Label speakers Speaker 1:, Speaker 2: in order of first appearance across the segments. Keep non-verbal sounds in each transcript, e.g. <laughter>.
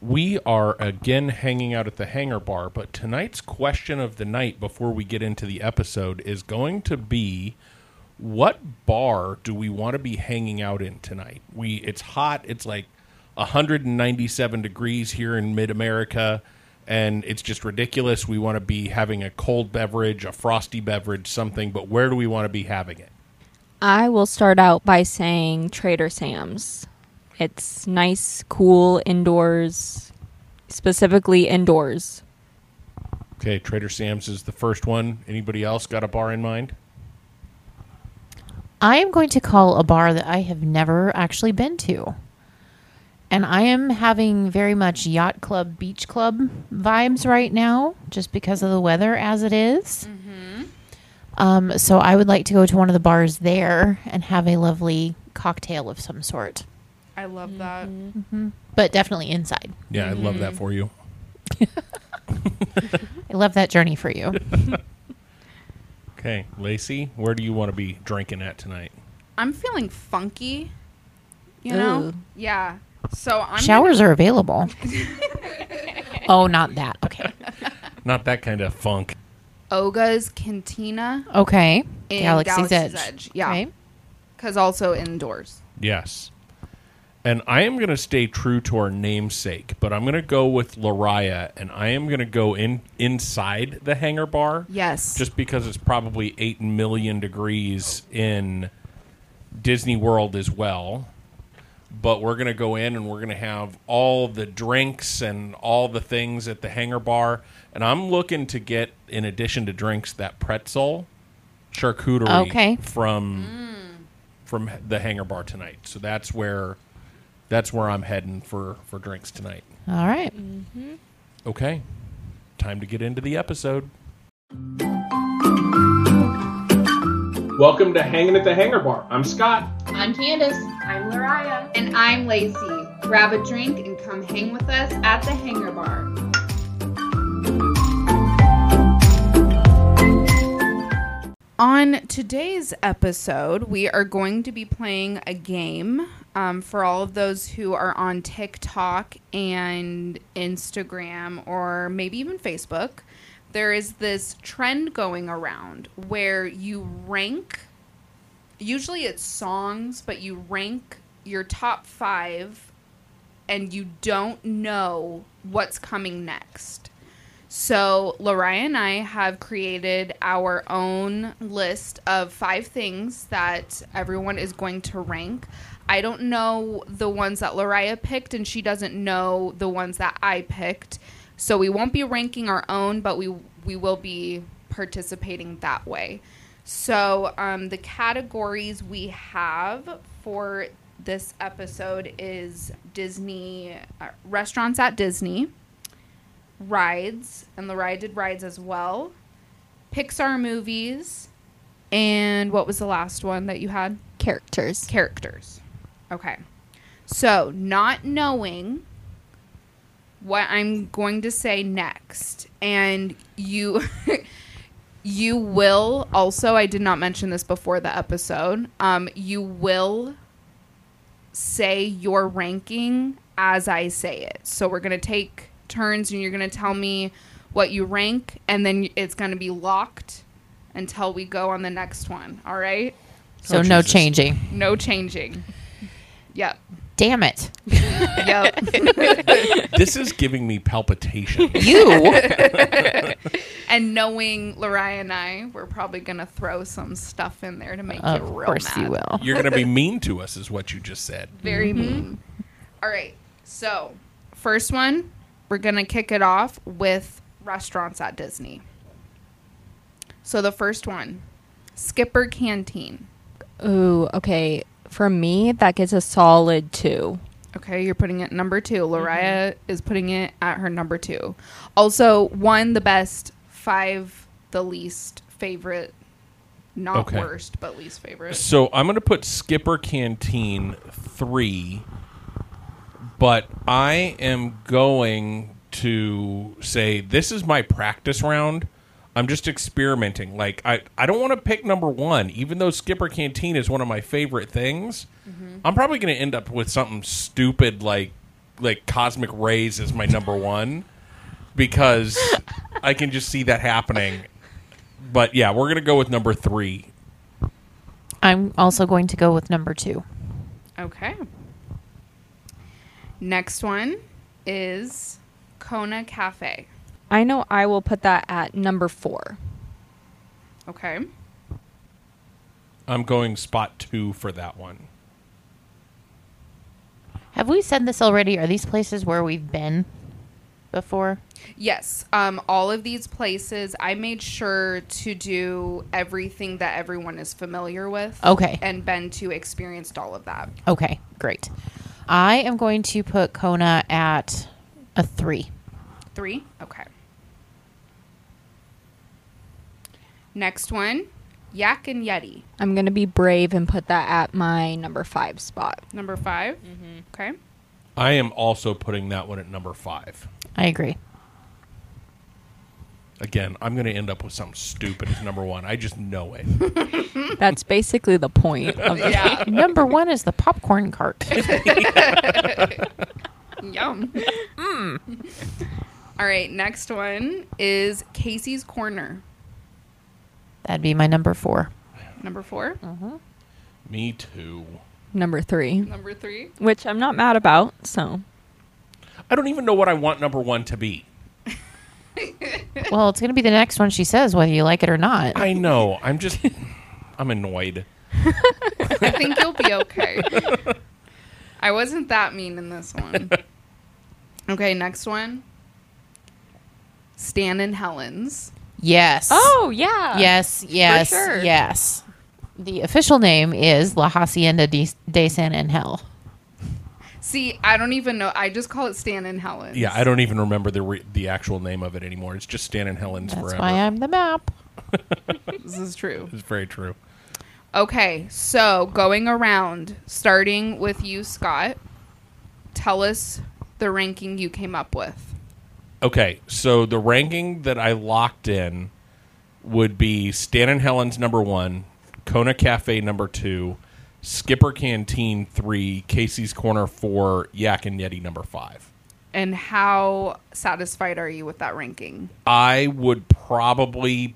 Speaker 1: We are again hanging out at the hangar bar, but tonight's question of the night before we get into the episode is going to be what bar do we want to be hanging out in tonight? We it's hot, it's like 197 degrees here in mid America and it's just ridiculous. We want to be having a cold beverage, a frosty beverage, something, but where do we want to be having it?
Speaker 2: I will start out by saying Trader Sam's. It's nice, cool, indoors, specifically indoors.
Speaker 1: Okay, Trader Sam's is the first one. Anybody else got a bar in mind?
Speaker 3: I am going to call a bar that I have never actually been to. And I am having very much yacht club, beach club vibes right now, just because of the weather as it is.
Speaker 4: Mm-hmm.
Speaker 3: Um, so I would like to go to one of the bars there and have a lovely cocktail of some sort,
Speaker 4: I love that.
Speaker 3: but definitely inside.
Speaker 1: Yeah, I love that for you.
Speaker 3: I love that journey for you.
Speaker 1: Okay, Lacey, where do you want to be drinking at tonight?
Speaker 4: I'm feeling funky. You know?
Speaker 2: Ooh.
Speaker 4: Yeah. So <laughs> I'm
Speaker 3: Showers are
Speaker 4: <laughs>
Speaker 3: available. oh, not that. Okay.
Speaker 1: Not that kind of funk.
Speaker 4: gonna- Oga's Cantina
Speaker 3: Okay.
Speaker 4: in
Speaker 3: Galaxy's,
Speaker 4: Galaxy's
Speaker 3: Edge.
Speaker 4: Edge. Yeah.
Speaker 3: Okay.
Speaker 4: Because also indoors.
Speaker 1: Yes. And I am going to stay true to our namesake, but I'm going to go with Lariah, and I am going to go in inside the hangar bar.
Speaker 4: Yes.
Speaker 1: Just because it's probably 8 million degrees in Disney World as well. But we're going to go in and we're going to have all the drinks and all the things at the hangar bar. And I'm looking to get, in addition to drinks, that pretzel charcuterie
Speaker 3: Okay.
Speaker 1: from from the hangar bar tonight. So that's where that's where I'm heading for for drinks tonight.
Speaker 3: All right.
Speaker 1: Okay. Time to get into the episode. Welcome to Hanging at the Hangar Bar. I'm Scott.
Speaker 5: I'm Candace. I'm Lariah.
Speaker 6: And I'm Lacey. Grab a drink and come hang with us at the Hangar Bar.
Speaker 4: On today's episode, we are going to be playing a game um, for all of those who are on TikTok and Instagram or maybe even Facebook. There is this trend going around where you rank, usually it's songs, but you rank your top five and you don't know what's coming next. So, Lariah and I have created our own list of five things that everyone is going to rank. I don't know the ones that Lariah picked, and she doesn't know the ones that I picked. So, we won't be ranking our own, but we, we will be participating that way. So, um, the categories we have for this episode is Disney uh, restaurants at Disney rides, and Lariah did rides as well. Pixar movies, and what was the last one that you had?
Speaker 2: Characters.
Speaker 4: Characters. Okay. So, not knowing what I'm going to say next, and you. <laughs> You will also, I did not mention this before the episode. Um, you will say your ranking as I say it. So we're going to take turns and you're going to tell me what you rank and then it's going to be locked until we go on the next one. All right?
Speaker 3: So
Speaker 1: Oh,
Speaker 3: no
Speaker 1: Jesus.
Speaker 3: changing.
Speaker 4: No changing. Yep.
Speaker 3: Damn it. <laughs>
Speaker 4: Yep.
Speaker 1: This is giving me palpitation.
Speaker 2: <laughs>
Speaker 3: You.
Speaker 4: and knowing Lariah and I, we're probably going to throw some stuff in there to make
Speaker 3: of
Speaker 4: you real
Speaker 3: course you
Speaker 4: mad.
Speaker 3: will.
Speaker 1: You're going to be mean to us, is what you just said.
Speaker 4: Very mean. All right. So, first one, we're going to kick it off with restaurants at Disney. So, the first one, Skipper Canteen.
Speaker 2: Ooh, okay. For me, that gets a solid two.
Speaker 4: Okay, you're putting it number two. Lariah is putting it at her number two. Also, one, the best, five, the least favorite. Not
Speaker 1: Okay.
Speaker 4: worst, but least favorite.
Speaker 1: So I'm going to put Skipper Canteen three, but I am going to say this is my practice round. I'm just experimenting. Like I, I don't want to pick number one, even though Skipper Canteen is one of my favorite things. I'm probably going to end up with something stupid like like cosmic rays is my number one because I can just see that happening. But yeah, we're gonna go with number three.
Speaker 3: I'm also going to go with number two.
Speaker 4: Okay. Next one is Kona Cafe.
Speaker 2: I know I will put that at number four.
Speaker 4: Okay.
Speaker 1: I'm going spot two for that one.
Speaker 3: Have we said this already? Are these places where we've been before?
Speaker 4: Yes, um, all of these places, I made sure to do everything that everyone is familiar with.
Speaker 3: Okay.
Speaker 4: And Ben, too, experienced all of that.
Speaker 3: Okay, great. I am going to put Kona at a three.
Speaker 4: Three? Okay. Next one Yak and Yeti,
Speaker 2: I'm going to be brave and put that at my number five spot.
Speaker 4: number 5 Okay.
Speaker 1: I am also putting that one at number five.
Speaker 3: I agree.
Speaker 1: Again, I'm going to end up with something stupid as number one. I just know
Speaker 3: <laughs>
Speaker 1: it.
Speaker 2: <laughs> That's basically the point of the
Speaker 4: Yeah.
Speaker 3: number one is the popcorn
Speaker 2: <laughs>
Speaker 3: cart.
Speaker 4: <laughs> Yum. All right, next one is Casey's Corner,
Speaker 3: That'd be my number four.
Speaker 4: number 4
Speaker 1: Me too.
Speaker 2: number three,
Speaker 4: Number three.
Speaker 2: which I'm not mad about. So
Speaker 1: I don't even know what I want number one to be.
Speaker 3: Well, it's going to be the next one she says, whether you like it or not.
Speaker 1: I know. I'm
Speaker 3: <laughs>
Speaker 1: just. I'm annoyed.
Speaker 4: I think you'll be okay. <laughs> I wasn't that mean in this
Speaker 1: <laughs>
Speaker 4: one. Okay, next one. Stan and Helen's.
Speaker 3: Yes.
Speaker 2: oh yeah,
Speaker 3: Yes, yes,
Speaker 2: sure.
Speaker 3: yes. The official name is La Hacienda de, de San Angel.
Speaker 4: See, I don't even know. I just call it Stan and Helen's.
Speaker 1: Yeah, I don't even remember the re- the actual name of it anymore. It's just Stan and Helen's
Speaker 3: That's
Speaker 1: forever.
Speaker 3: why I'm the map.
Speaker 4: This is true.
Speaker 1: it's very true.
Speaker 4: Okay, so going around, starting with you, Scott, tell us the ranking you came up with.
Speaker 1: Okay, so the ranking that I locked in would be Stan and Helen's number one, Kona Cafe number two, Skipper Canteen three, Casey's Corner four, Yak and Yeti number five.
Speaker 4: And how satisfied are you with that ranking?
Speaker 1: I would probably,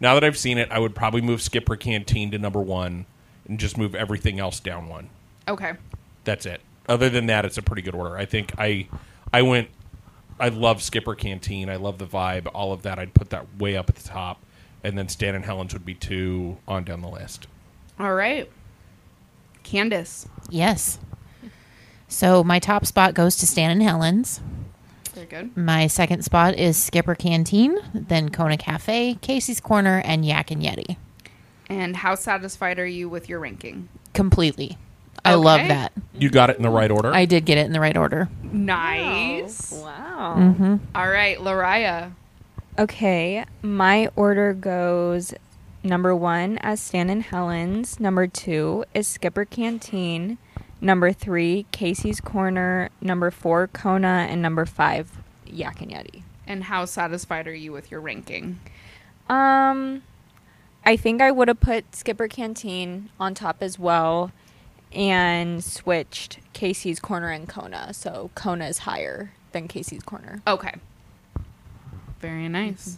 Speaker 1: now that I've seen it, I would probably move Skipper Canteen to number one and just move everything else down one.
Speaker 4: Okay.
Speaker 1: That's it. Other than that, it's a pretty good order. I think I, I went. I love Skipper Canteen. I love the vibe. All of that. I'd put that way up at the top, and then Stan and Helen's would be two on down the list.
Speaker 4: All right. Candace.
Speaker 3: Yes. So my top spot goes to Stan and Helen's.
Speaker 4: Very good.
Speaker 3: My second spot is Skipper Canteen, then Kona Cafe, Casey's Corner, and Yak and Yeti.
Speaker 4: And how satisfied are you with your ranking?
Speaker 3: Completely. I love
Speaker 4: Okay.
Speaker 3: that.
Speaker 1: You got it in the right order.
Speaker 3: I did get it in the right order.
Speaker 4: Nice.
Speaker 2: wow.
Speaker 4: All right, Laria.
Speaker 2: Okay, my order goes number one as Stan and Helen's, number two is Skipper Canteen, number three, Casey's Corner, number four, Kona, and number five, Yak and Yeti.
Speaker 4: And how satisfied are you with your ranking?
Speaker 2: Um, I think I would have put Skipper Canteen on top as well and switched Casey's Corner and Kona. So Kona is higher than Casey's Corner.
Speaker 4: Okay. Very nice.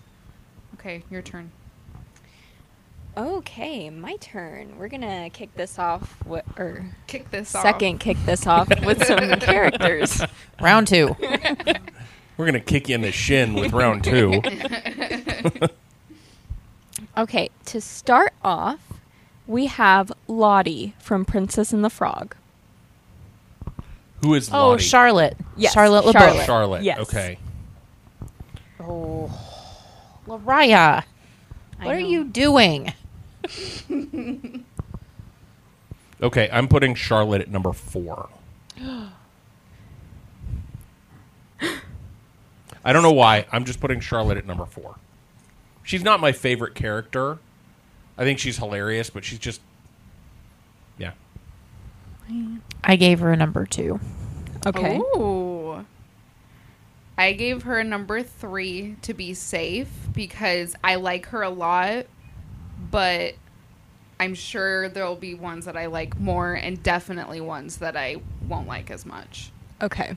Speaker 4: Okay, your turn.
Speaker 2: Okay, my turn. We're gonna kick this off. What or
Speaker 4: Kick this off.
Speaker 2: second kick this off with
Speaker 1: <laughs>
Speaker 2: some characters.
Speaker 3: Round <laughs> two.
Speaker 1: We're gonna kick you in the shin with round two.
Speaker 2: Okay, to start off, we have Lottie from Princess and the Frog.
Speaker 1: Who is
Speaker 3: Oh,
Speaker 1: Lottie?
Speaker 3: Charlotte.
Speaker 2: Yes,
Speaker 3: Charlotte LeBeau.
Speaker 2: Charlotte.
Speaker 1: Charlotte.
Speaker 2: Yes.
Speaker 1: Okay.
Speaker 3: Oh,
Speaker 2: I
Speaker 3: Lariah, what are
Speaker 2: know.
Speaker 3: you doing?
Speaker 1: Okay. I'm putting Charlotte at number four. I don't know why. I'm just putting Charlotte at number four. She's not my favorite character. I think she's hilarious, but she's just yeah.
Speaker 3: I gave her a number two.
Speaker 2: Okay.
Speaker 4: Oh. Ooh. I gave her a number three to be safe because I like her a lot, but I'm sure there'll be ones that I like more and definitely ones that I won't like as much.
Speaker 2: Okay.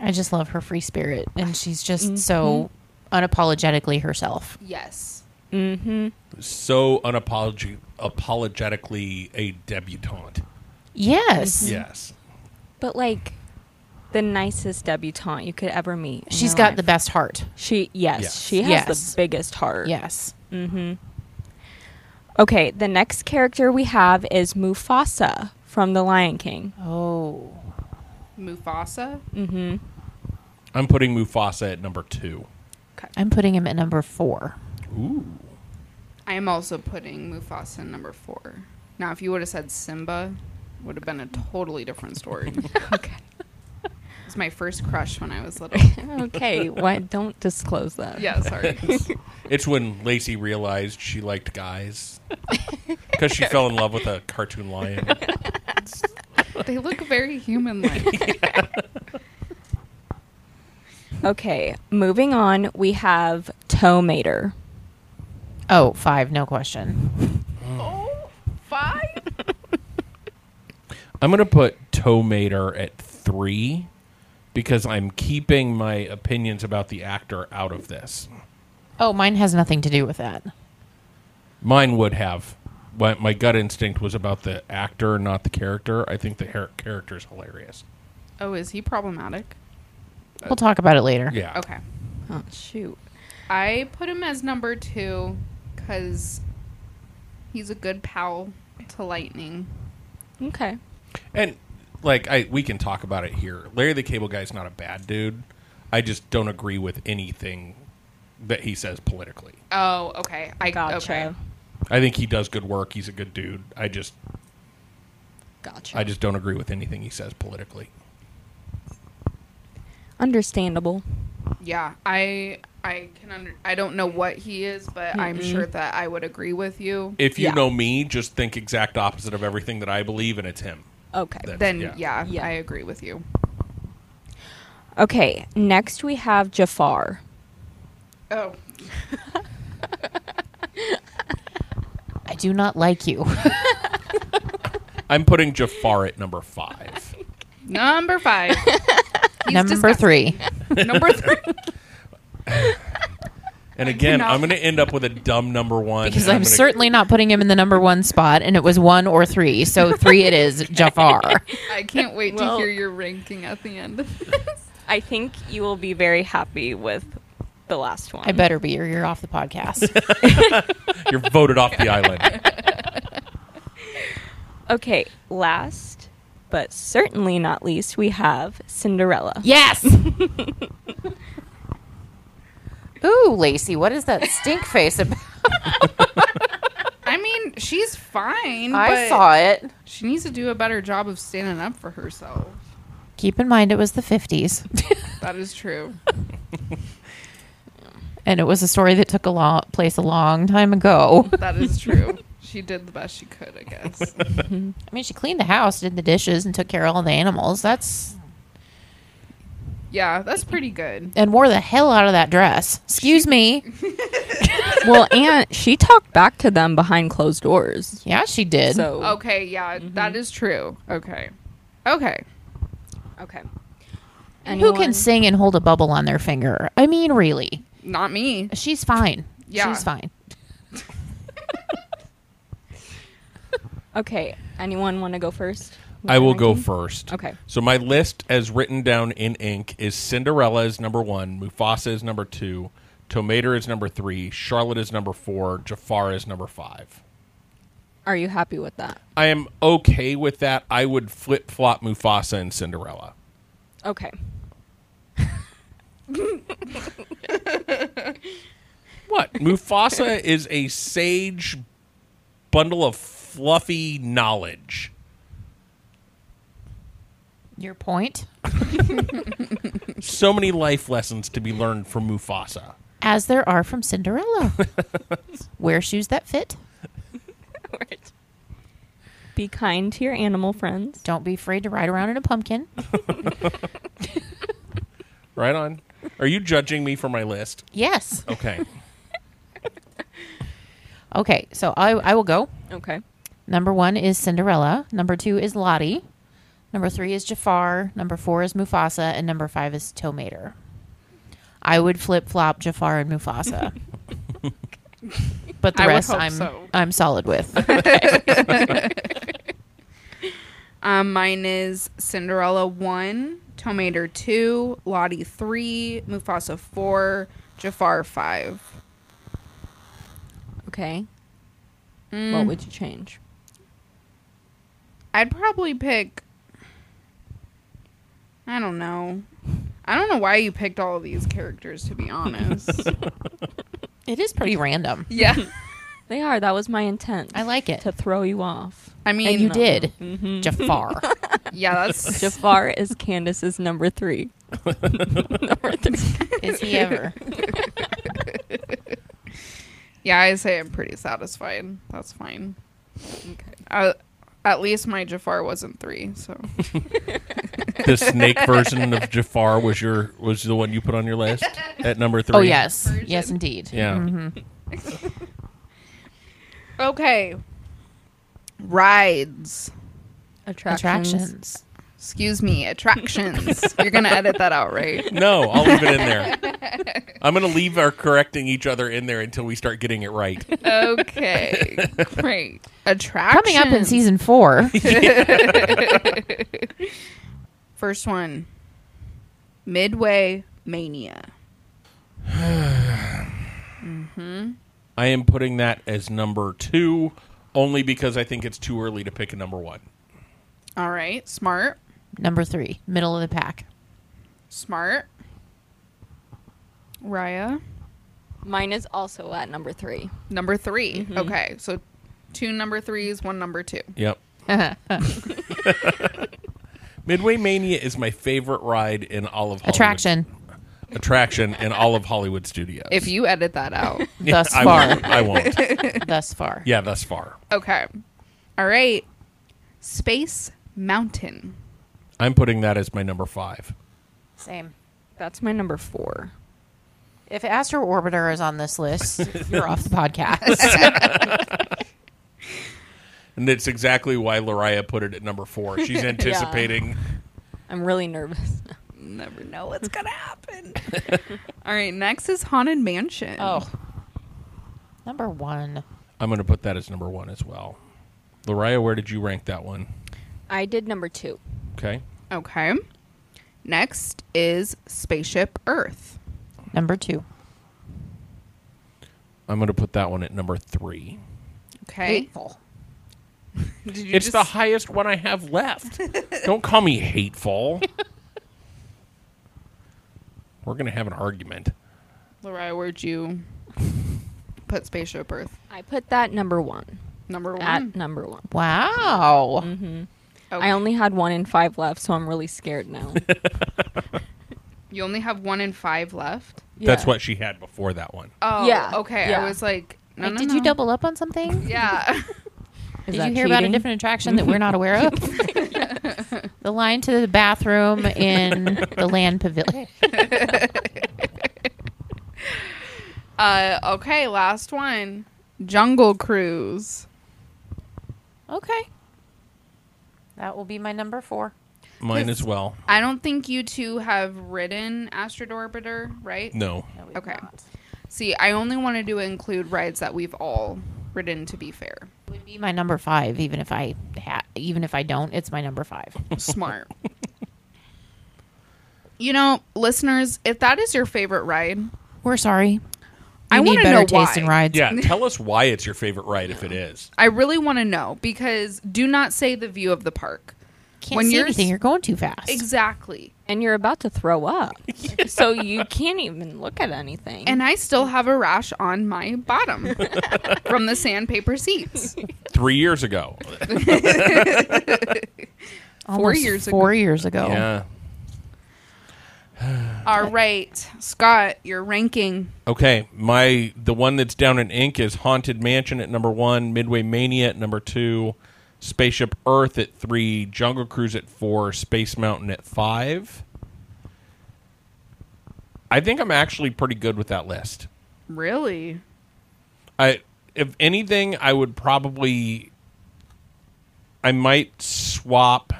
Speaker 3: I just love her free spirit, and she's just so unapologetically herself.
Speaker 4: Yes.
Speaker 2: Mm-hmm.
Speaker 1: So unapologetic, apologetically a debutante.
Speaker 3: Yes,
Speaker 1: Yes.
Speaker 2: But like the nicest debutante you could ever meet.
Speaker 3: she's got the best heart.
Speaker 2: She yes,
Speaker 1: Yes.
Speaker 2: she has
Speaker 3: Yes.
Speaker 2: the biggest heart.
Speaker 3: Yes,
Speaker 2: Okay, the next character we have is Mufasa from The Lion King.
Speaker 3: oh,
Speaker 4: Mufasa.
Speaker 1: I'm putting Mufasa at number two.
Speaker 3: I'm putting him at number four.
Speaker 1: Ooh.
Speaker 4: I am also putting Mufasa in number four. Now, if you would have said Simba, would have been a totally different story.
Speaker 2: Okay.
Speaker 4: It was my first crush when I was little.
Speaker 2: okay, what don't disclose that.
Speaker 4: yeah, sorry.
Speaker 1: It's when Lacey realized she liked guys because she fell in love with a cartoon lion.
Speaker 4: they look very human-like.
Speaker 2: Okay, moving on, we have Tomater.
Speaker 3: Oh, five, no question.
Speaker 4: oh, five.
Speaker 1: I'm going to put Tomater at three because I'm keeping my opinions about the actor out of this.
Speaker 3: Oh, mine has nothing to do with that.
Speaker 1: Mine would have. My, my gut instinct was about the actor, not the character. I think the her- character is hilarious.
Speaker 4: Oh, is he problematic?
Speaker 3: We'll talk about it later.
Speaker 1: Yeah.
Speaker 4: Okay.
Speaker 2: Oh shoot.
Speaker 4: I put him as number two because he's a good pal to Lightning.
Speaker 2: Okay.
Speaker 1: And like I we can talk about it here. Larry the Cable Guy's not a bad dude. I just don't agree with anything that he says politically.
Speaker 4: Oh, okay. I
Speaker 2: Gotcha.
Speaker 4: Okay.
Speaker 1: I think he does good work. He's a good dude. I just
Speaker 2: Gotcha.
Speaker 1: I just don't agree with anything he says politically.
Speaker 2: Understandable.
Speaker 4: Yeah, I I can under, I don't know what he is, but I'm sure that I would agree with you.
Speaker 1: If you
Speaker 2: Yeah.
Speaker 1: know me, just think exact opposite of everything that I believe and it's him.
Speaker 2: Okay.
Speaker 1: That-
Speaker 4: then
Speaker 1: yeah.
Speaker 4: yeah.
Speaker 2: Yeah.
Speaker 4: I agree with you.
Speaker 2: Okay, next we have Jafar.
Speaker 4: Oh,
Speaker 3: I do not like you.
Speaker 1: I'm putting Jafar at number 5.
Speaker 4: <laughs> number five. He's
Speaker 3: <laughs> number three.
Speaker 4: disgusting.
Speaker 1: <laughs>
Speaker 4: Number three.
Speaker 1: And again,
Speaker 4: cannot-
Speaker 1: I'm going to end up with a dumb number 1
Speaker 3: Because
Speaker 1: and
Speaker 3: I'm,
Speaker 1: gonna-
Speaker 3: certainly not putting him in the number one spot, and it was one or three. So three it is,
Speaker 4: <laughs>
Speaker 3: Jafar.
Speaker 4: I can't wait
Speaker 2: Well-
Speaker 4: to hear your ranking at the end.
Speaker 2: I think you will be very happy with the last one.
Speaker 3: I better be, or you're off the podcast.
Speaker 4: <laughs>
Speaker 1: you're voted off the island.
Speaker 2: Okay, last but certainly not least, we have Cinderella.
Speaker 4: <laughs>
Speaker 3: yes! Ooh, Lacey, what is that stink face about?
Speaker 4: I mean, she's fine.
Speaker 3: I
Speaker 4: but
Speaker 3: saw it.
Speaker 4: She needs to do a better job of standing up for herself.
Speaker 3: Keep in mind, it was the 50s,
Speaker 4: That is true.
Speaker 3: and it was a story that took a long place a long time ago. <laughs>
Speaker 4: That is true. she did the best she could, I guess.
Speaker 3: I mean, she cleaned the house, did the dishes, and took care of all the animals. That's
Speaker 4: Yeah, that's pretty good.
Speaker 3: and wore the hell out of that dress. Excuse me.
Speaker 2: well, and she talked back to them behind closed doors.
Speaker 3: Yeah, she did.
Speaker 2: So
Speaker 1: Oh.
Speaker 4: Okay, yeah, that is true. Okay. Okay.
Speaker 2: okay.
Speaker 3: And Who can sing and hold a bubble on their finger? I mean, really. <laughs>
Speaker 4: Not me. <laughs>
Speaker 3: She's fine.
Speaker 4: Yeah.
Speaker 3: She's fine.
Speaker 2: Okay, anyone want to go first? with
Speaker 1: I
Speaker 2: the
Speaker 1: will go
Speaker 2: ranking?
Speaker 1: first.
Speaker 2: Okay.
Speaker 1: So my list, as written down in ink, is Cinderella is number one, Mufasa is number two, Tomater is number three, Charlotte is number four, Jafar is number five.
Speaker 2: Are you happy with that?
Speaker 1: I am okay with that. I would flip flop Mufasa and Cinderella.
Speaker 2: Okay. <laughs>
Speaker 1: What? Mufasa is a sage bundle of fluffy knowledge.
Speaker 3: Your point?
Speaker 1: So many life lessons to be learned from Mufasa.
Speaker 3: As there are from Cinderella. Wear shoes that fit.
Speaker 2: Be kind to your animal friends.
Speaker 3: Don't be afraid to ride around in a pumpkin.
Speaker 1: Right on. Are you judging me for my list?
Speaker 3: Yes.
Speaker 1: Okay.
Speaker 3: Okay, so I, I will go.
Speaker 2: Okay.
Speaker 3: Number one is Cinderella. Number two is Lottie. Number three is Jafar. Number four is Mufasa, and number five is Tomater. I would flip flop Jafar
Speaker 1: <laughs>
Speaker 3: and Mufasa, but the
Speaker 4: I would
Speaker 3: rest
Speaker 4: hope
Speaker 3: I'm
Speaker 4: so.
Speaker 3: I'm solid
Speaker 4: <laughs>
Speaker 3: with.
Speaker 4: Um, mine is Cinderella 1, Tomater 2, Lottie 3, Mufasa 4, Jafar 5.
Speaker 2: Okay.
Speaker 4: Mm,
Speaker 2: What would you change?
Speaker 4: I'd probably pick. I don't know. I don't know why you picked all of these characters, to
Speaker 3: <laughs>
Speaker 4: be honest.
Speaker 3: It is pretty random.
Speaker 4: yeah.
Speaker 2: They are. That was my intent.
Speaker 3: I like it.
Speaker 2: to throw you off.
Speaker 4: I mean,
Speaker 3: and you did
Speaker 2: Mm-hmm.
Speaker 4: <laughs>
Speaker 3: Jafar. <laughs>
Speaker 4: Yeah,
Speaker 2: <laughs>
Speaker 4: that's.
Speaker 2: Jafar is Candace's number <laughs> three. number three.
Speaker 3: is he ever?
Speaker 4: yeah, I say I'm pretty satisfied. That's fine. Uh, at least my Jafar wasn't 3, so.
Speaker 1: the snake version of Jafar was your was the one you put on your list at number three.
Speaker 3: Oh yes, yes indeed.
Speaker 1: Yeah.
Speaker 4: Okay. Rides.
Speaker 2: Attractions.
Speaker 3: Attractions.
Speaker 4: Excuse me,
Speaker 3: <laughs>
Speaker 4: attractions. You're gonna edit that out, right?
Speaker 1: No, I'll leave it in there. I'm going to leave our correcting each other in there until we start getting it right.
Speaker 4: <laughs> Okay, great. Attractions
Speaker 3: Coming up in
Speaker 1: <laughs>
Speaker 3: season four.
Speaker 4: First one, Midway Mania.
Speaker 1: I am putting that as number two only because I think it's too early to pick a number one.
Speaker 4: All right, smart,
Speaker 3: Number three, middle of the pack.
Speaker 4: smart. Raya,
Speaker 2: Mine is also at number three.
Speaker 4: number 3
Speaker 3: Mm-hmm.
Speaker 4: Okay, so two number threes, one number two.
Speaker 1: Yep. Midway Mania is my favorite ride in all of Hollywood.
Speaker 3: Attraction.
Speaker 1: Attraction in all of Hollywood studios. <laughs>
Speaker 4: If you edit
Speaker 3: <laughs>
Speaker 4: that out,
Speaker 3: Thus
Speaker 1: I
Speaker 3: far.
Speaker 1: won't. I won't.
Speaker 3: Thus far.
Speaker 1: Yeah, thus far.
Speaker 4: okay. All right, Space Mountain.
Speaker 1: I'm putting that as my number five.
Speaker 3: Same.
Speaker 2: That's my number four.
Speaker 3: If Astro Orbiter is on this <laughs> list, you're off the <laughs> podcast.
Speaker 1: And it's exactly why Lariah put it at number
Speaker 3: <laughs>
Speaker 1: four. She's anticipating.
Speaker 2: I'm really nervous. <laughs>
Speaker 4: never know what's gonna happen. All right, next is Haunted Mansion.
Speaker 3: oh. Number one.
Speaker 1: I'm going to put that as number one as well. Lariah, where did you rank that one?
Speaker 2: I did number two.
Speaker 1: Okay.
Speaker 4: okay. Next is Spaceship Earth.
Speaker 3: Number two.
Speaker 1: I'm going to put that one at number three.
Speaker 4: Okay,
Speaker 3: Hateful.
Speaker 4: did you
Speaker 1: it's the highest one I have left. Don't call me hateful. We're going to have an argument.
Speaker 4: Lariah, where'd you put Spaceship Earth?
Speaker 2: I put that number one.
Speaker 4: Number one.
Speaker 3: Mm.
Speaker 4: Oh,
Speaker 2: At number one.
Speaker 3: Wow.
Speaker 4: Mm, Okay.
Speaker 2: I only had one in five left, so I'm really scared now. <laughs>
Speaker 4: you only have one in five left.
Speaker 1: That's
Speaker 2: Yeah.
Speaker 1: what she had before that one.
Speaker 4: Oh,
Speaker 2: Yeah,
Speaker 4: Okay,
Speaker 2: yeah.
Speaker 4: I was like, no,
Speaker 3: Like,
Speaker 4: no,
Speaker 3: did
Speaker 4: no.
Speaker 3: you double up on something?
Speaker 4: Yeah. <laughs>
Speaker 2: Is
Speaker 3: Did
Speaker 2: that
Speaker 3: you hear about a
Speaker 2: cheating?
Speaker 3: different attraction that we're not aware <laughs> of? the line to the bathroom in the land <laughs> pavilion.
Speaker 4: uh, okay, last one. Jungle Cruise.
Speaker 3: Okay. That will be my number four.
Speaker 1: Mine
Speaker 4: Yes.
Speaker 1: as well.
Speaker 4: I don't think you two have ridden Astrid Orbiter, right?
Speaker 1: No.
Speaker 3: No, we
Speaker 4: Okay. See, I only wanted to include rides that we've all ridden to be fair.
Speaker 3: would be my number five, even if I ha- even if I don't, it's my number five.
Speaker 4: Smart. you know, listeners, if that is your favorite ride,
Speaker 3: We're sorry. You
Speaker 4: I
Speaker 3: need
Speaker 4: wanna
Speaker 3: better
Speaker 4: know
Speaker 3: taste
Speaker 4: why.
Speaker 3: in rides.
Speaker 1: Yeah, tell us why it's your favorite ride if it is.
Speaker 4: I really want to know because do not say the view of the park.
Speaker 3: Can't
Speaker 4: When
Speaker 3: see
Speaker 4: you're
Speaker 3: anything.
Speaker 4: s-
Speaker 3: You're going too fast.
Speaker 4: Exactly.
Speaker 2: And you're about to throw <laughs> up. So you can't even look at anything.
Speaker 4: And I still have a rash on my bottom from the sandpaper seats.
Speaker 1: Three years ago.
Speaker 4: Four
Speaker 3: Almost
Speaker 4: years ago.
Speaker 3: Four years ago.
Speaker 1: Yeah.
Speaker 4: All right, Scott, your ranking.
Speaker 1: Okay, my the one that's down in ink is Haunted Mansion at number one, Midway Mania at number two, Spaceship Earth at three, Jungle Cruise at four, Space Mountain at five. I think I'm actually pretty good with that list.
Speaker 4: Really?
Speaker 1: I if anything, I would probably I might swap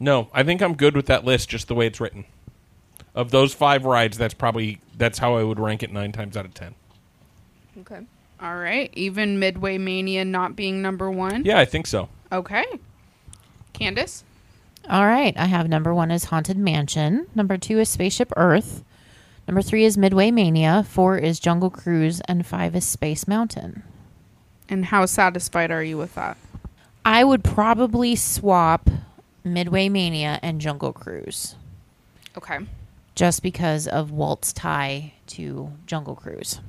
Speaker 1: No, I think I'm good with that list just the way it's written. Of those five rides, that's probably that's how I would rank it nine times out of ten.
Speaker 2: Okay.
Speaker 4: All right. Even Midway Mania not being number one.
Speaker 1: Yeah, I think so. <laughs>
Speaker 4: Okay. Candace?
Speaker 3: All right. I have number one is Haunted Mansion. Number two is Spaceship Earth. Number three is Midway Mania. Four is Jungle Cruise. And five is Space Mountain.
Speaker 4: And how satisfied are you with that?
Speaker 3: I would probably swap Midway Mania and Jungle Cruise
Speaker 4: Okay.
Speaker 3: just because of Walt's tie to Jungle Cruise.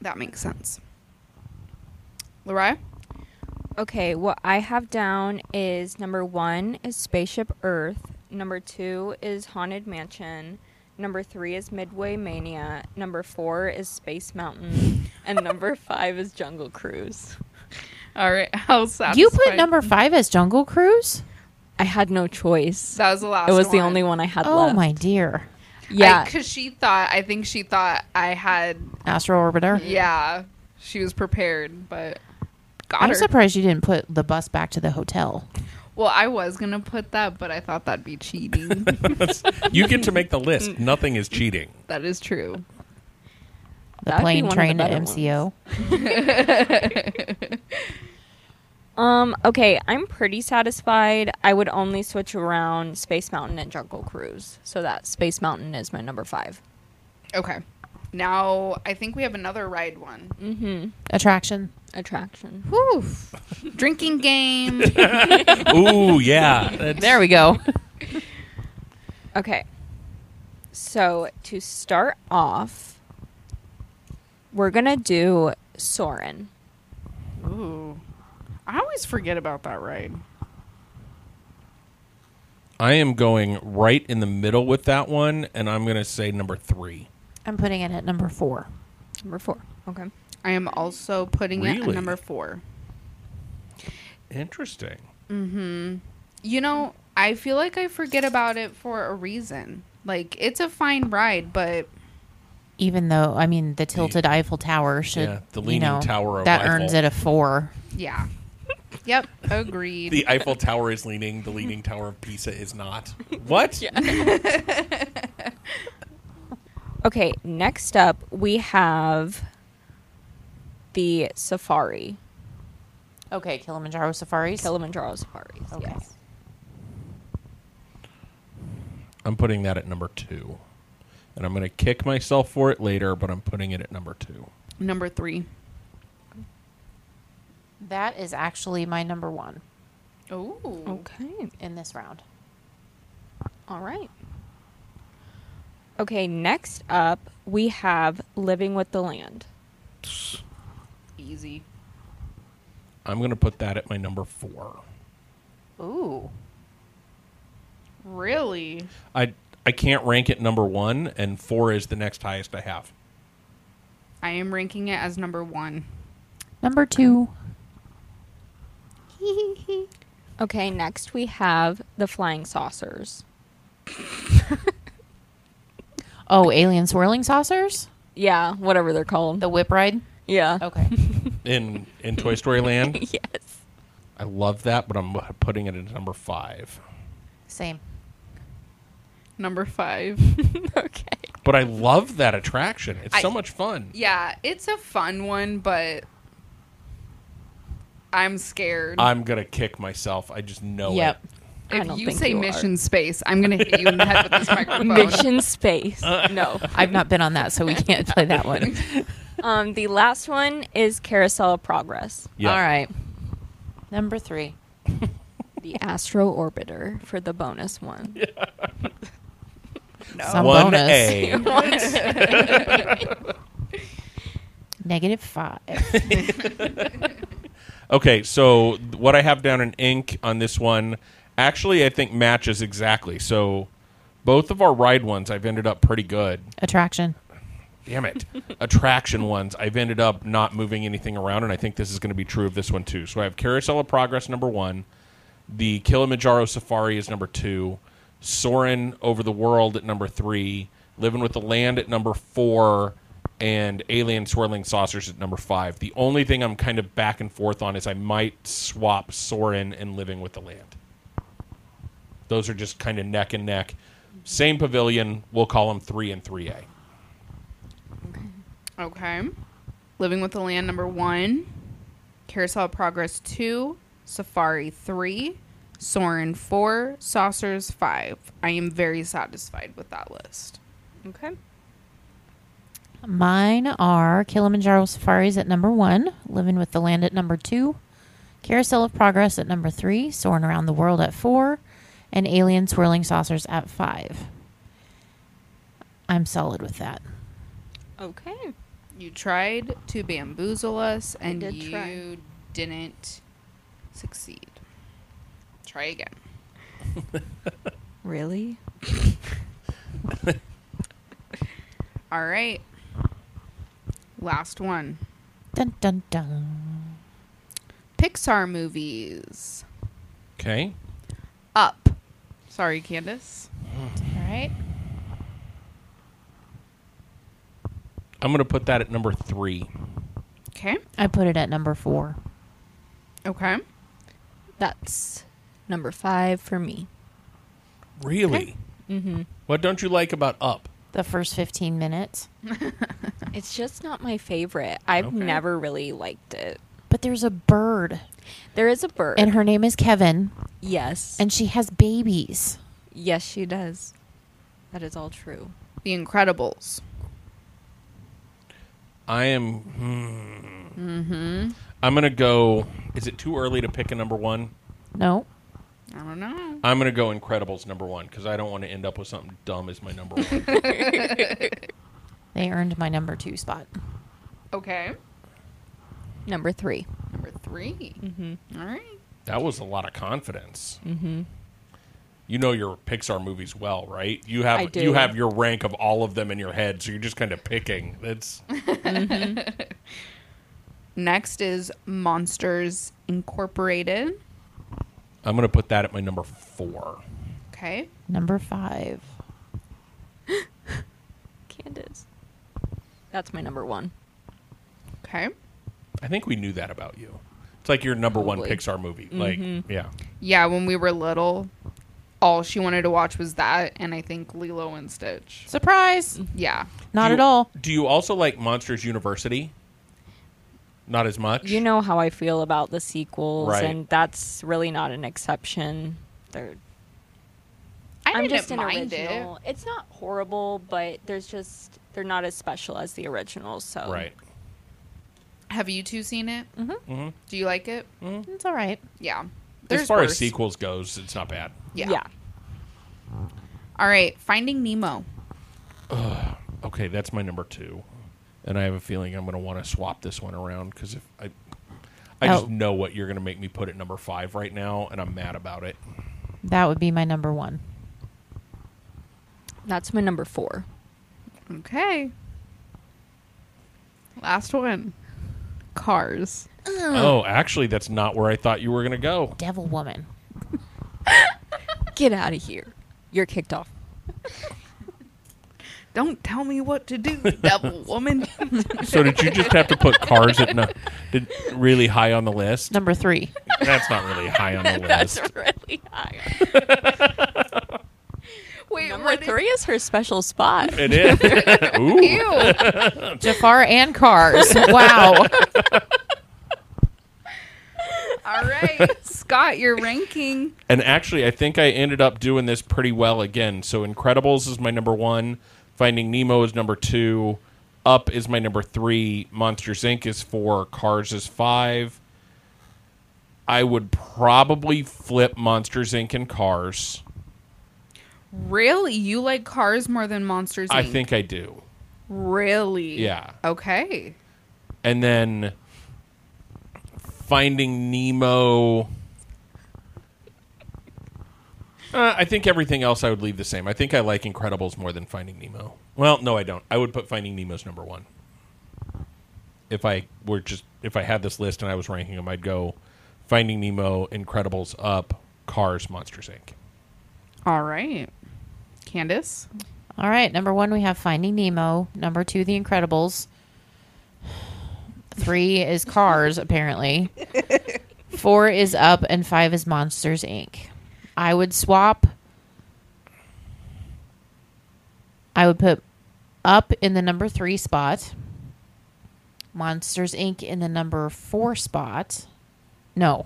Speaker 4: That makes sense. Lariah?
Speaker 2: Okay, what I have down is number one is Spaceship Earth, number two is Haunted Mansion, number three is Midway Mania, number four is Space Mountain, and number five is Jungle Cruise.
Speaker 4: All right. <laughs> How satisfied?
Speaker 3: You put number five as Jungle Cruise?
Speaker 2: I had no choice.
Speaker 4: That was the last
Speaker 2: it was the
Speaker 4: one.
Speaker 2: only one I had
Speaker 3: Oh
Speaker 2: left.
Speaker 3: my dear.
Speaker 2: Yeah.
Speaker 4: Because she thought, I think she thought I had,
Speaker 3: Astro Orbiter.
Speaker 4: yeah, she was prepared, but got
Speaker 3: I'm
Speaker 4: her.
Speaker 3: surprised you didn't put the bus back to the hotel.
Speaker 4: well, I was going to put that, but I thought that'd be cheating.
Speaker 1: You get to make the list. Nothing is cheating.
Speaker 4: that is true.
Speaker 3: The
Speaker 2: That'd be one
Speaker 3: plane
Speaker 2: of the
Speaker 3: train to
Speaker 2: better ones.
Speaker 3: MCO.
Speaker 2: Um, okay, I'm pretty satisfied. I would only switch around Space Mountain and Jungle Cruise. So that Space Mountain is my number five.
Speaker 4: Okay. Now, I think we have another ride one.
Speaker 3: Attraction.
Speaker 2: Mm-hmm, Attraction.
Speaker 4: Whew. Drinking <laughs> game.
Speaker 1: Ooh, yeah.
Speaker 3: There we go. <laughs>
Speaker 2: Okay. So to start off, we're gonna do Soren.
Speaker 4: Ooh. I always forget about that ride.
Speaker 1: I am going right in the middle with that one, and I'm gonna say number three.
Speaker 3: I'm putting it at number four.
Speaker 2: Number four. Okay.
Speaker 4: I am also putting it at
Speaker 1: Really?
Speaker 4: number four.
Speaker 1: Interesting.
Speaker 4: You know, I feel like I forget about it for a reason. Like, it's a fine ride, but
Speaker 3: Even though, I mean, the tilted Eiffel Tower should,
Speaker 1: Yeah, the
Speaker 3: you
Speaker 1: Leaning
Speaker 3: know,
Speaker 1: Tower of
Speaker 3: that
Speaker 1: Eiffel.
Speaker 3: earns it a four.
Speaker 4: <laughs> yeah. yep, agreed.
Speaker 1: The Eiffel Tower is leaning. The Leaning Tower of Pisa is not. What?
Speaker 2: Okay. Next up, we have the Safari,
Speaker 3: Okay, Kilimanjaro Safaris.
Speaker 2: Kilimanjaro Safaris.
Speaker 3: Okay.
Speaker 2: Yes.
Speaker 1: I'm putting that at number two, and I'm gonna kick myself for it later. But I'm putting it at number two.
Speaker 4: number three.
Speaker 3: that is actually my number one
Speaker 4: Oh.
Speaker 2: Okay.
Speaker 3: in this round.
Speaker 2: All right. Okay. Next up, we have Living with the Land.
Speaker 4: Easy.
Speaker 1: I'm gonna put that at my number four.
Speaker 3: Ooh.
Speaker 4: Really?
Speaker 1: I I can't rank it number one, and four is the next highest I have.
Speaker 4: I am ranking it as number one.
Speaker 3: Number two.
Speaker 2: Okay. Next, we have the Flying Saucers.
Speaker 3: Oh, Alien Swirling Saucers?
Speaker 2: Yeah, whatever they're called.
Speaker 3: The Oh. whip ride?
Speaker 2: yeah.
Speaker 3: Okay. <laughs>
Speaker 1: In in Toy Story Land,
Speaker 2: <laughs> Yes. <laughs>
Speaker 1: I love that, but I'm putting it at number five.
Speaker 3: Same.
Speaker 4: Number <laughs> five.
Speaker 2: okay.
Speaker 1: But I love that attraction. It's so
Speaker 4: I-
Speaker 1: much fun.
Speaker 4: yeah, it's a fun one, but I'm scared.
Speaker 1: I'm gonna kick myself. I just know
Speaker 3: Yep.
Speaker 1: it.
Speaker 2: I
Speaker 4: if
Speaker 2: don't
Speaker 4: you
Speaker 2: think
Speaker 4: say
Speaker 2: you are.
Speaker 4: mission space, I'm going to hit you in the
Speaker 2: <laughs>
Speaker 4: head with this microphone.
Speaker 2: Mission space. No.
Speaker 3: I've not been on that, so we can't play that one.
Speaker 2: Um, the last one is Carousel of Progress,
Speaker 1: <laughs> Yeah.
Speaker 3: All right. Number three.
Speaker 2: the Astro Orbiter for the bonus one.
Speaker 3: Some
Speaker 1: One
Speaker 3: bonus.
Speaker 1: <laughs> A.
Speaker 3: Negative five.
Speaker 1: Okay, so th- what I have down in ink on this one actually I think matches exactly. So both of our ride ones I've ended up pretty good.
Speaker 3: Attraction.
Speaker 1: Damn it. Attraction ones I've ended up not moving anything around and I think this is going to be true of this one too. So I have Carousel of Progress number 1, the Kilimanjaro Safari is number 2, Soarin' Over the World at number 3, Living with the Land at number 4. And Alien Swirling Saucers at number five. The only thing I'm kind of back and forth on is I might swap Soarin' and Living with the Land. Those are just kind of neck and neck. Same pavilion. We'll call them three and three A.
Speaker 4: Okay. Living with the Land number one, Carousel of Progress two, Safari three, Soren four, Saucers five. I am very satisfied with that list.
Speaker 2: Okay.
Speaker 3: Mine are Kilimanjaro Safaris at number one, Living with the Land at number two, Carousel of Progress at number three, Soaring Around the World at four, and Alien Swirling Saucers at five. I'm solid with that.
Speaker 2: Okay.
Speaker 4: You tried to bamboozle us, and
Speaker 2: did
Speaker 4: you
Speaker 2: try.
Speaker 4: didn't succeed. Try again.
Speaker 2: Really?
Speaker 4: <laughs> All right. Last one.
Speaker 3: Dun dun dun.
Speaker 4: Pixar movies.
Speaker 1: Okay.
Speaker 4: Up. Sorry, Candace.
Speaker 3: All right.
Speaker 1: I'm going to put that at number three.
Speaker 4: Okay.
Speaker 3: I put it at number four.
Speaker 4: Okay.
Speaker 2: That's number five for me.
Speaker 1: Really? Mm-hmm. What don't you like about Up?
Speaker 3: The first 15 minutes.
Speaker 2: It's just not my favorite. I've
Speaker 1: Okay.
Speaker 2: never really liked it.
Speaker 3: But there's a bird,
Speaker 2: There is a bird.
Speaker 3: and her name is Kevin,
Speaker 2: yes.
Speaker 3: and she has babies.
Speaker 2: yes, she does. That is all true.
Speaker 4: The Incredibles.
Speaker 1: I am. Hmm. I'm going to go. Is it too early to pick a number one?
Speaker 3: No.
Speaker 4: I don't know.
Speaker 1: I'm going to go Incredibles number one because I don't want to end up with something dumb as my number one.
Speaker 3: They earned my number two spot.
Speaker 4: Okay.
Speaker 2: Number three.
Speaker 4: Number 3 Mm-hmm. right.
Speaker 1: that was a lot of confidence. Mm-hmm. You know your Pixar movies well, right? You have
Speaker 2: I do.
Speaker 1: you have your rank of all of them in your head, so you're just kind of picking. That's
Speaker 4: Next is Monsters Incorporated.
Speaker 1: I'm going to put that at my number four.
Speaker 4: Okay.
Speaker 3: Number five.
Speaker 2: Candace. That's my number one.
Speaker 4: Okay.
Speaker 1: I think we knew that about you. It's like your number one
Speaker 2: Probably. Mm-hmm.
Speaker 1: Pixar movie. Like, yeah.
Speaker 4: Yeah, when we were little, all she wanted to watch was that, and I think Lilo and Stitch.
Speaker 3: Surprise!
Speaker 4: Yeah.
Speaker 3: Not
Speaker 1: Do
Speaker 3: at
Speaker 1: you-
Speaker 3: all.
Speaker 1: Do you also like Monsters University? Not as much.
Speaker 2: You know how I feel about the sequels,
Speaker 1: Right.
Speaker 2: and that's really not an exception. They're
Speaker 4: I
Speaker 2: I'm
Speaker 4: didn't
Speaker 2: just an
Speaker 4: mind
Speaker 2: original. It's not horrible, but there's just they're not as special as the originals. So
Speaker 1: right?
Speaker 4: it. Have you two seen it? Mm-hmm.
Speaker 1: Mhm.
Speaker 4: Do you like it?
Speaker 3: It's all right.
Speaker 4: Yeah.
Speaker 1: as far
Speaker 4: worse.
Speaker 1: as sequels goes, it's not bad.
Speaker 4: Yeah. All right. Finding Nemo.
Speaker 1: Okay, that's my number two, and I have a feeling I'm going to want to swap this one around because if I, I
Speaker 3: Oh.
Speaker 1: just know what you're going to make me put at number five right now, and I'm mad about it.
Speaker 3: That would be my number one.
Speaker 2: that's my number four.
Speaker 4: Okay. Last one. Cars.
Speaker 1: Oh, actually, that's not where I thought you were going to go.
Speaker 3: Devil Woman.
Speaker 2: Get out of here. You're kicked off.
Speaker 4: Don't tell me what to do, devil woman.
Speaker 1: So did you just have to put cars at no, did, really high on the list?
Speaker 3: Number three. <laughs>
Speaker 1: That's not really high on the
Speaker 2: <laughs> That's
Speaker 1: list.
Speaker 2: really high.
Speaker 4: <laughs> Wait,
Speaker 2: Number
Speaker 4: what is-
Speaker 2: three is her special spot.
Speaker 1: It is. <laughs> Ooh.
Speaker 4: Ew.
Speaker 3: Jafar and Cars. Wow.
Speaker 1: <laughs>
Speaker 4: All right. Scott, your ranking.
Speaker 1: And actually, I think I ended up doing this pretty well again. So Incredibles is my number one. Finding Nemo is number two. Up is my number three. Monsters Inc. is four. Cars is five. I would probably flip Monsters Inc. and Cars.
Speaker 4: Really? You like cars more than Monsters
Speaker 1: I
Speaker 4: Inc.?
Speaker 1: think I do.
Speaker 4: Really?
Speaker 1: Yeah.
Speaker 4: Okay.
Speaker 1: And then Finding Nemo. Uh, I think everything else I would leave the same. I think I like Incredibles more than Finding Nemo. Well, no, I don't. I would put Finding Nemo's number one. If I were just if I had this list and I was ranking them, I'd go Finding Nemo, Incredibles, Up, Cars, Monsters Inc.
Speaker 4: All right. Candace?
Speaker 3: All right. Number one, we have Finding Nemo. Number two, The Incredibles. Three is Cars, apparently. Four is Up, and five is Monsters, Inc. I would swap. I would put up in the number three spot, Monsters Inc. in the number four spot. No.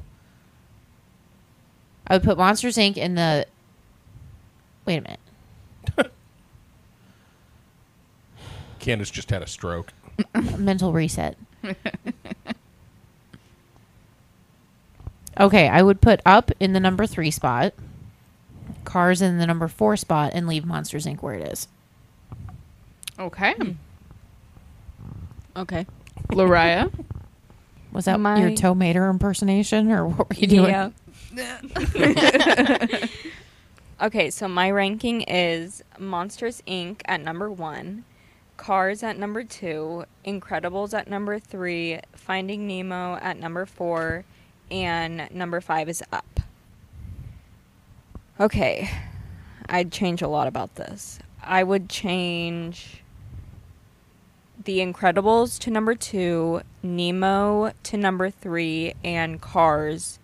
Speaker 3: I would put Monsters Inc. in the. Wait a minute.
Speaker 1: Candace just had a stroke.
Speaker 3: mental reset. <laughs> okay, I would put up in the number three spot, cars in the number four spot, and leave Monsters Inc. where it is.
Speaker 4: Okay.
Speaker 2: Hmm. Okay.
Speaker 4: Laria.
Speaker 3: Was that
Speaker 2: My-
Speaker 3: your toe mater impersonation, or what were you doing?
Speaker 2: Yeah. <laughs> okay, so my ranking is Monsters Inc. at number one, Cars at number two, Incredibles at number three, Finding Nemo at number four, and number five is Up. Okay, I'd change a lot about this. I would change The Incredibles to number two, Nemo to number three, and Cars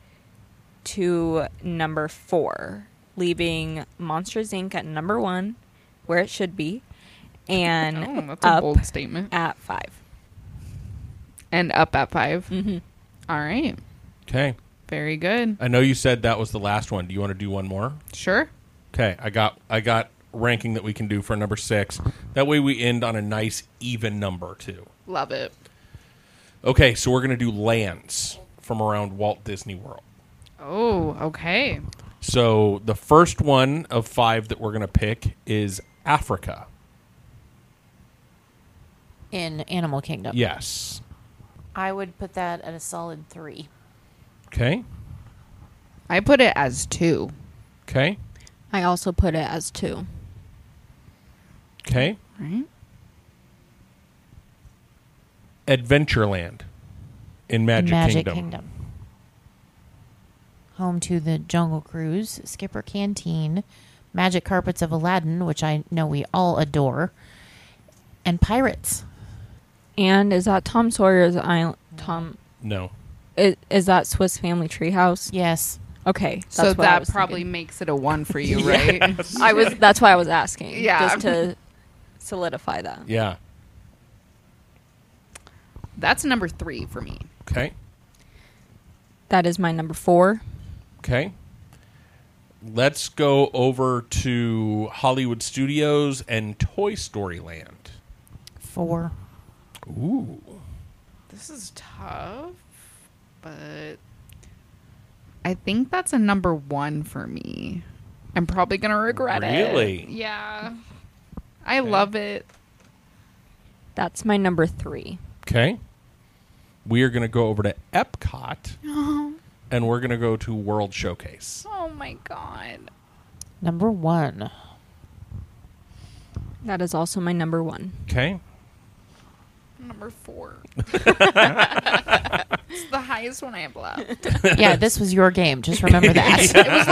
Speaker 2: to number four, leaving Monsters Inc. at number one, where it should be, <laughs> and
Speaker 4: Oh, that's a
Speaker 2: up
Speaker 4: bold statement.
Speaker 2: at five.
Speaker 4: And up at 5
Speaker 2: Mhm.
Speaker 4: All right.
Speaker 1: Okay.
Speaker 4: Very good.
Speaker 1: I know you said that was the last one. Do you want to do one more?
Speaker 4: Sure.
Speaker 1: Okay. I got I got ranking that we can do for number 6. That way we end on a nice even number too.
Speaker 4: Love it.
Speaker 1: Okay, so we're going to do lands from around Walt Disney World.
Speaker 4: Oh, okay.
Speaker 1: So the first one of 5 that we're going to pick is Africa.
Speaker 3: In Animal Kingdom.
Speaker 1: Yes.
Speaker 3: I would put that at a solid three.
Speaker 1: Okay.
Speaker 4: I put it as two.
Speaker 1: Okay.
Speaker 7: I also put it as two.
Speaker 1: Okay.
Speaker 4: Right?
Speaker 1: Adventureland in Magic,
Speaker 3: Magic
Speaker 1: Kingdom.
Speaker 3: Kingdom. Home to the Jungle Cruise, Skipper Canteen, Magic Carpets of Aladdin, which I know we all adore, and Pirates.
Speaker 2: And is that Tom Sawyer's Island? Tom
Speaker 1: No.
Speaker 2: is, is that Swiss Family Treehouse?
Speaker 3: Yes.
Speaker 2: Okay, that's
Speaker 4: So
Speaker 2: what I
Speaker 4: that
Speaker 2: was
Speaker 4: probably
Speaker 2: thinking.
Speaker 4: makes it a
Speaker 2: <laughs>
Speaker 4: one for you, right?
Speaker 2: I was. That's why I was asking.
Speaker 4: Yeah.
Speaker 2: just to solidify that.
Speaker 1: Yeah.
Speaker 4: That's number three for me.
Speaker 1: Okay.
Speaker 2: That is my number four.
Speaker 1: Okay. Let's go over to Hollywood Studios and Toy Story Land.
Speaker 3: Four.
Speaker 1: Ooh.
Speaker 4: This is tough, but I think that's a number one for me. I'm probably gonna regret it.
Speaker 1: Really?
Speaker 4: Yeah. I love it.
Speaker 2: That's my number three.
Speaker 1: Okay. We are going to go over to Epcot and we're going to go to World Showcase.
Speaker 4: Oh my god.
Speaker 3: Number one.
Speaker 2: That is also my number
Speaker 7: <laughs>
Speaker 2: one.
Speaker 1: Okay.
Speaker 4: Number four. it's the highest one I have left.
Speaker 3: yeah, this was your game. Just remember that.
Speaker 4: It was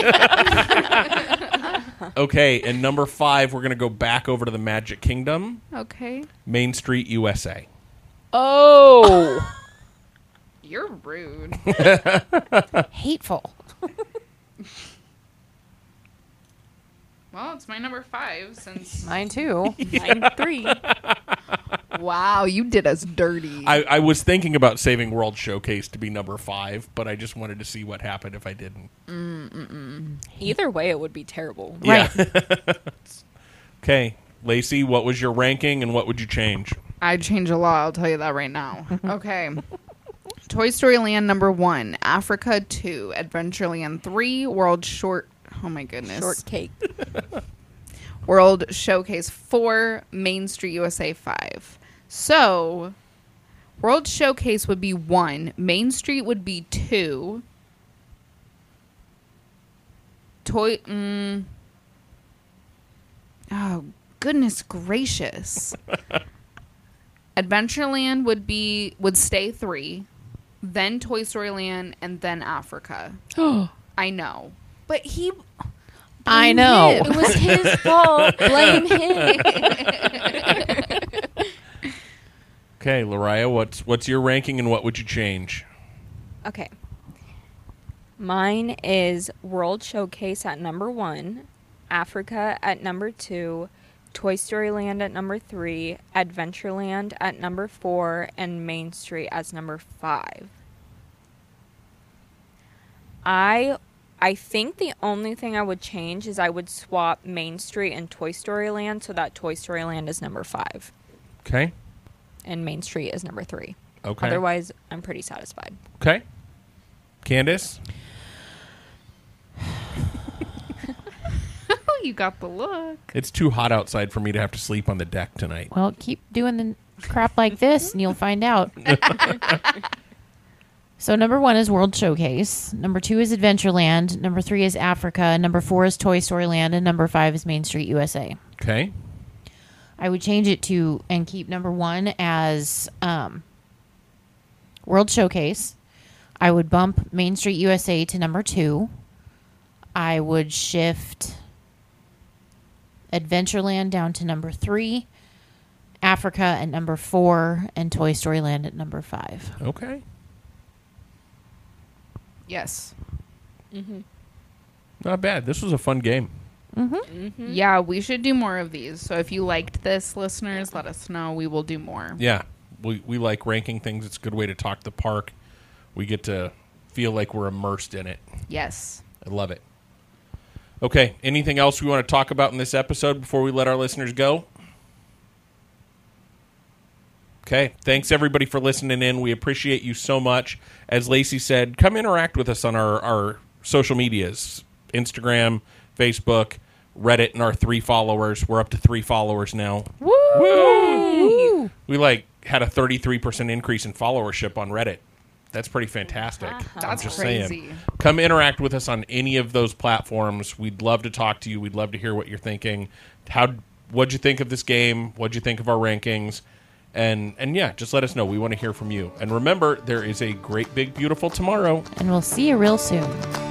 Speaker 4: the Raya's game.
Speaker 1: Okay. And number five, we're going to go back over to the Magic Kingdom,
Speaker 4: Okay.
Speaker 1: Main Street, USA.
Speaker 2: Oh,
Speaker 4: You're rude.
Speaker 3: Hateful.
Speaker 4: Well, it's my number five since
Speaker 3: Mine too.
Speaker 2: mine three.
Speaker 4: Wow, you did us dirty.
Speaker 1: I, I was thinking about saving World Showcase to be number five, but I just wanted to see what happened if I didn't.
Speaker 2: Either way, it would be terrible.
Speaker 3: Right.
Speaker 1: <laughs> Okay. Lacey, what was your ranking and what would you change?
Speaker 4: I change a lot. I'll tell you that right now. okay. Toy Story Land number one, Africa two, Adventureland three, World Short. Oh my goodness.
Speaker 2: Shortcake.
Speaker 4: World Showcase 4, Main Street USA 5. So, World Showcase would be 1, Main Street would be 2. Toy mm, Oh, goodness gracious. Adventureland would be would stay 3, then Toy Story Land and then Africa. I know. <laughs> But he
Speaker 3: <laughs> I know.
Speaker 7: <laughs> It was his fault. <laughs> Blame him.
Speaker 1: Okay, Laria, what's what's your ranking and what would you change?
Speaker 2: Okay. Mine is World Showcase at number one, Africa at number two, Toy Story Land at number three, Adventureland at number four, and Main Street as number five. I I think the only thing I would change is I would swap Main Street and Toy Story Land so that Toy Story Land is number five
Speaker 1: Okay.
Speaker 2: and Main Street is number three.
Speaker 1: Okay.
Speaker 2: Otherwise, I'm pretty satisfied.
Speaker 1: Okay. Candace?
Speaker 4: Oh, you got the look.
Speaker 1: It's too hot outside for me to have to sleep on the deck tonight.
Speaker 3: Well, keep doing the crap like this and you'll find out. so, number one is World Showcase. Number two is Adventureland. Number three is Africa. Number four is Toy Story Land. And number five is Main Street USA.
Speaker 1: Okay.
Speaker 3: I would change it to and keep number one as um, World Showcase. I would bump Main Street USA to number two. I would shift Adventureland down to number three, Africa at number four, and Toy Story Land at number five.
Speaker 1: Okay.
Speaker 4: Yes.
Speaker 1: Not bad. This was a fun game.
Speaker 3: Mm-hmm.
Speaker 4: Yeah, we should do more of these. So if you liked this, listeners, let us know. We will do more.
Speaker 1: Yeah. We, we like ranking things. It's a good way to talk the park. We get to feel like we're immersed in it.
Speaker 4: Yes.
Speaker 1: I love it. Okay. Anything else we want to talk about in this episode before we let our listeners go? Okay. Thanks everybody for listening in. We appreciate you so much. As Lacey said, come interact with us on our, our social medias Instagram, Facebook, Reddit, and our three followers. We're up to three followers now. Woo! We like had a 33% increase in followership on Reddit. That's pretty fantastic. I'm
Speaker 4: That's
Speaker 1: just
Speaker 4: crazy.
Speaker 1: saying. Come interact with us on any of those platforms. We'd love to talk to you. We'd love to hear what you're thinking. How what'd you think of this game? What'd you think of our rankings? And and yeah, just let us know. We want to hear from you. And remember, there is a great big beautiful tomorrow.
Speaker 3: And we'll see you real soon.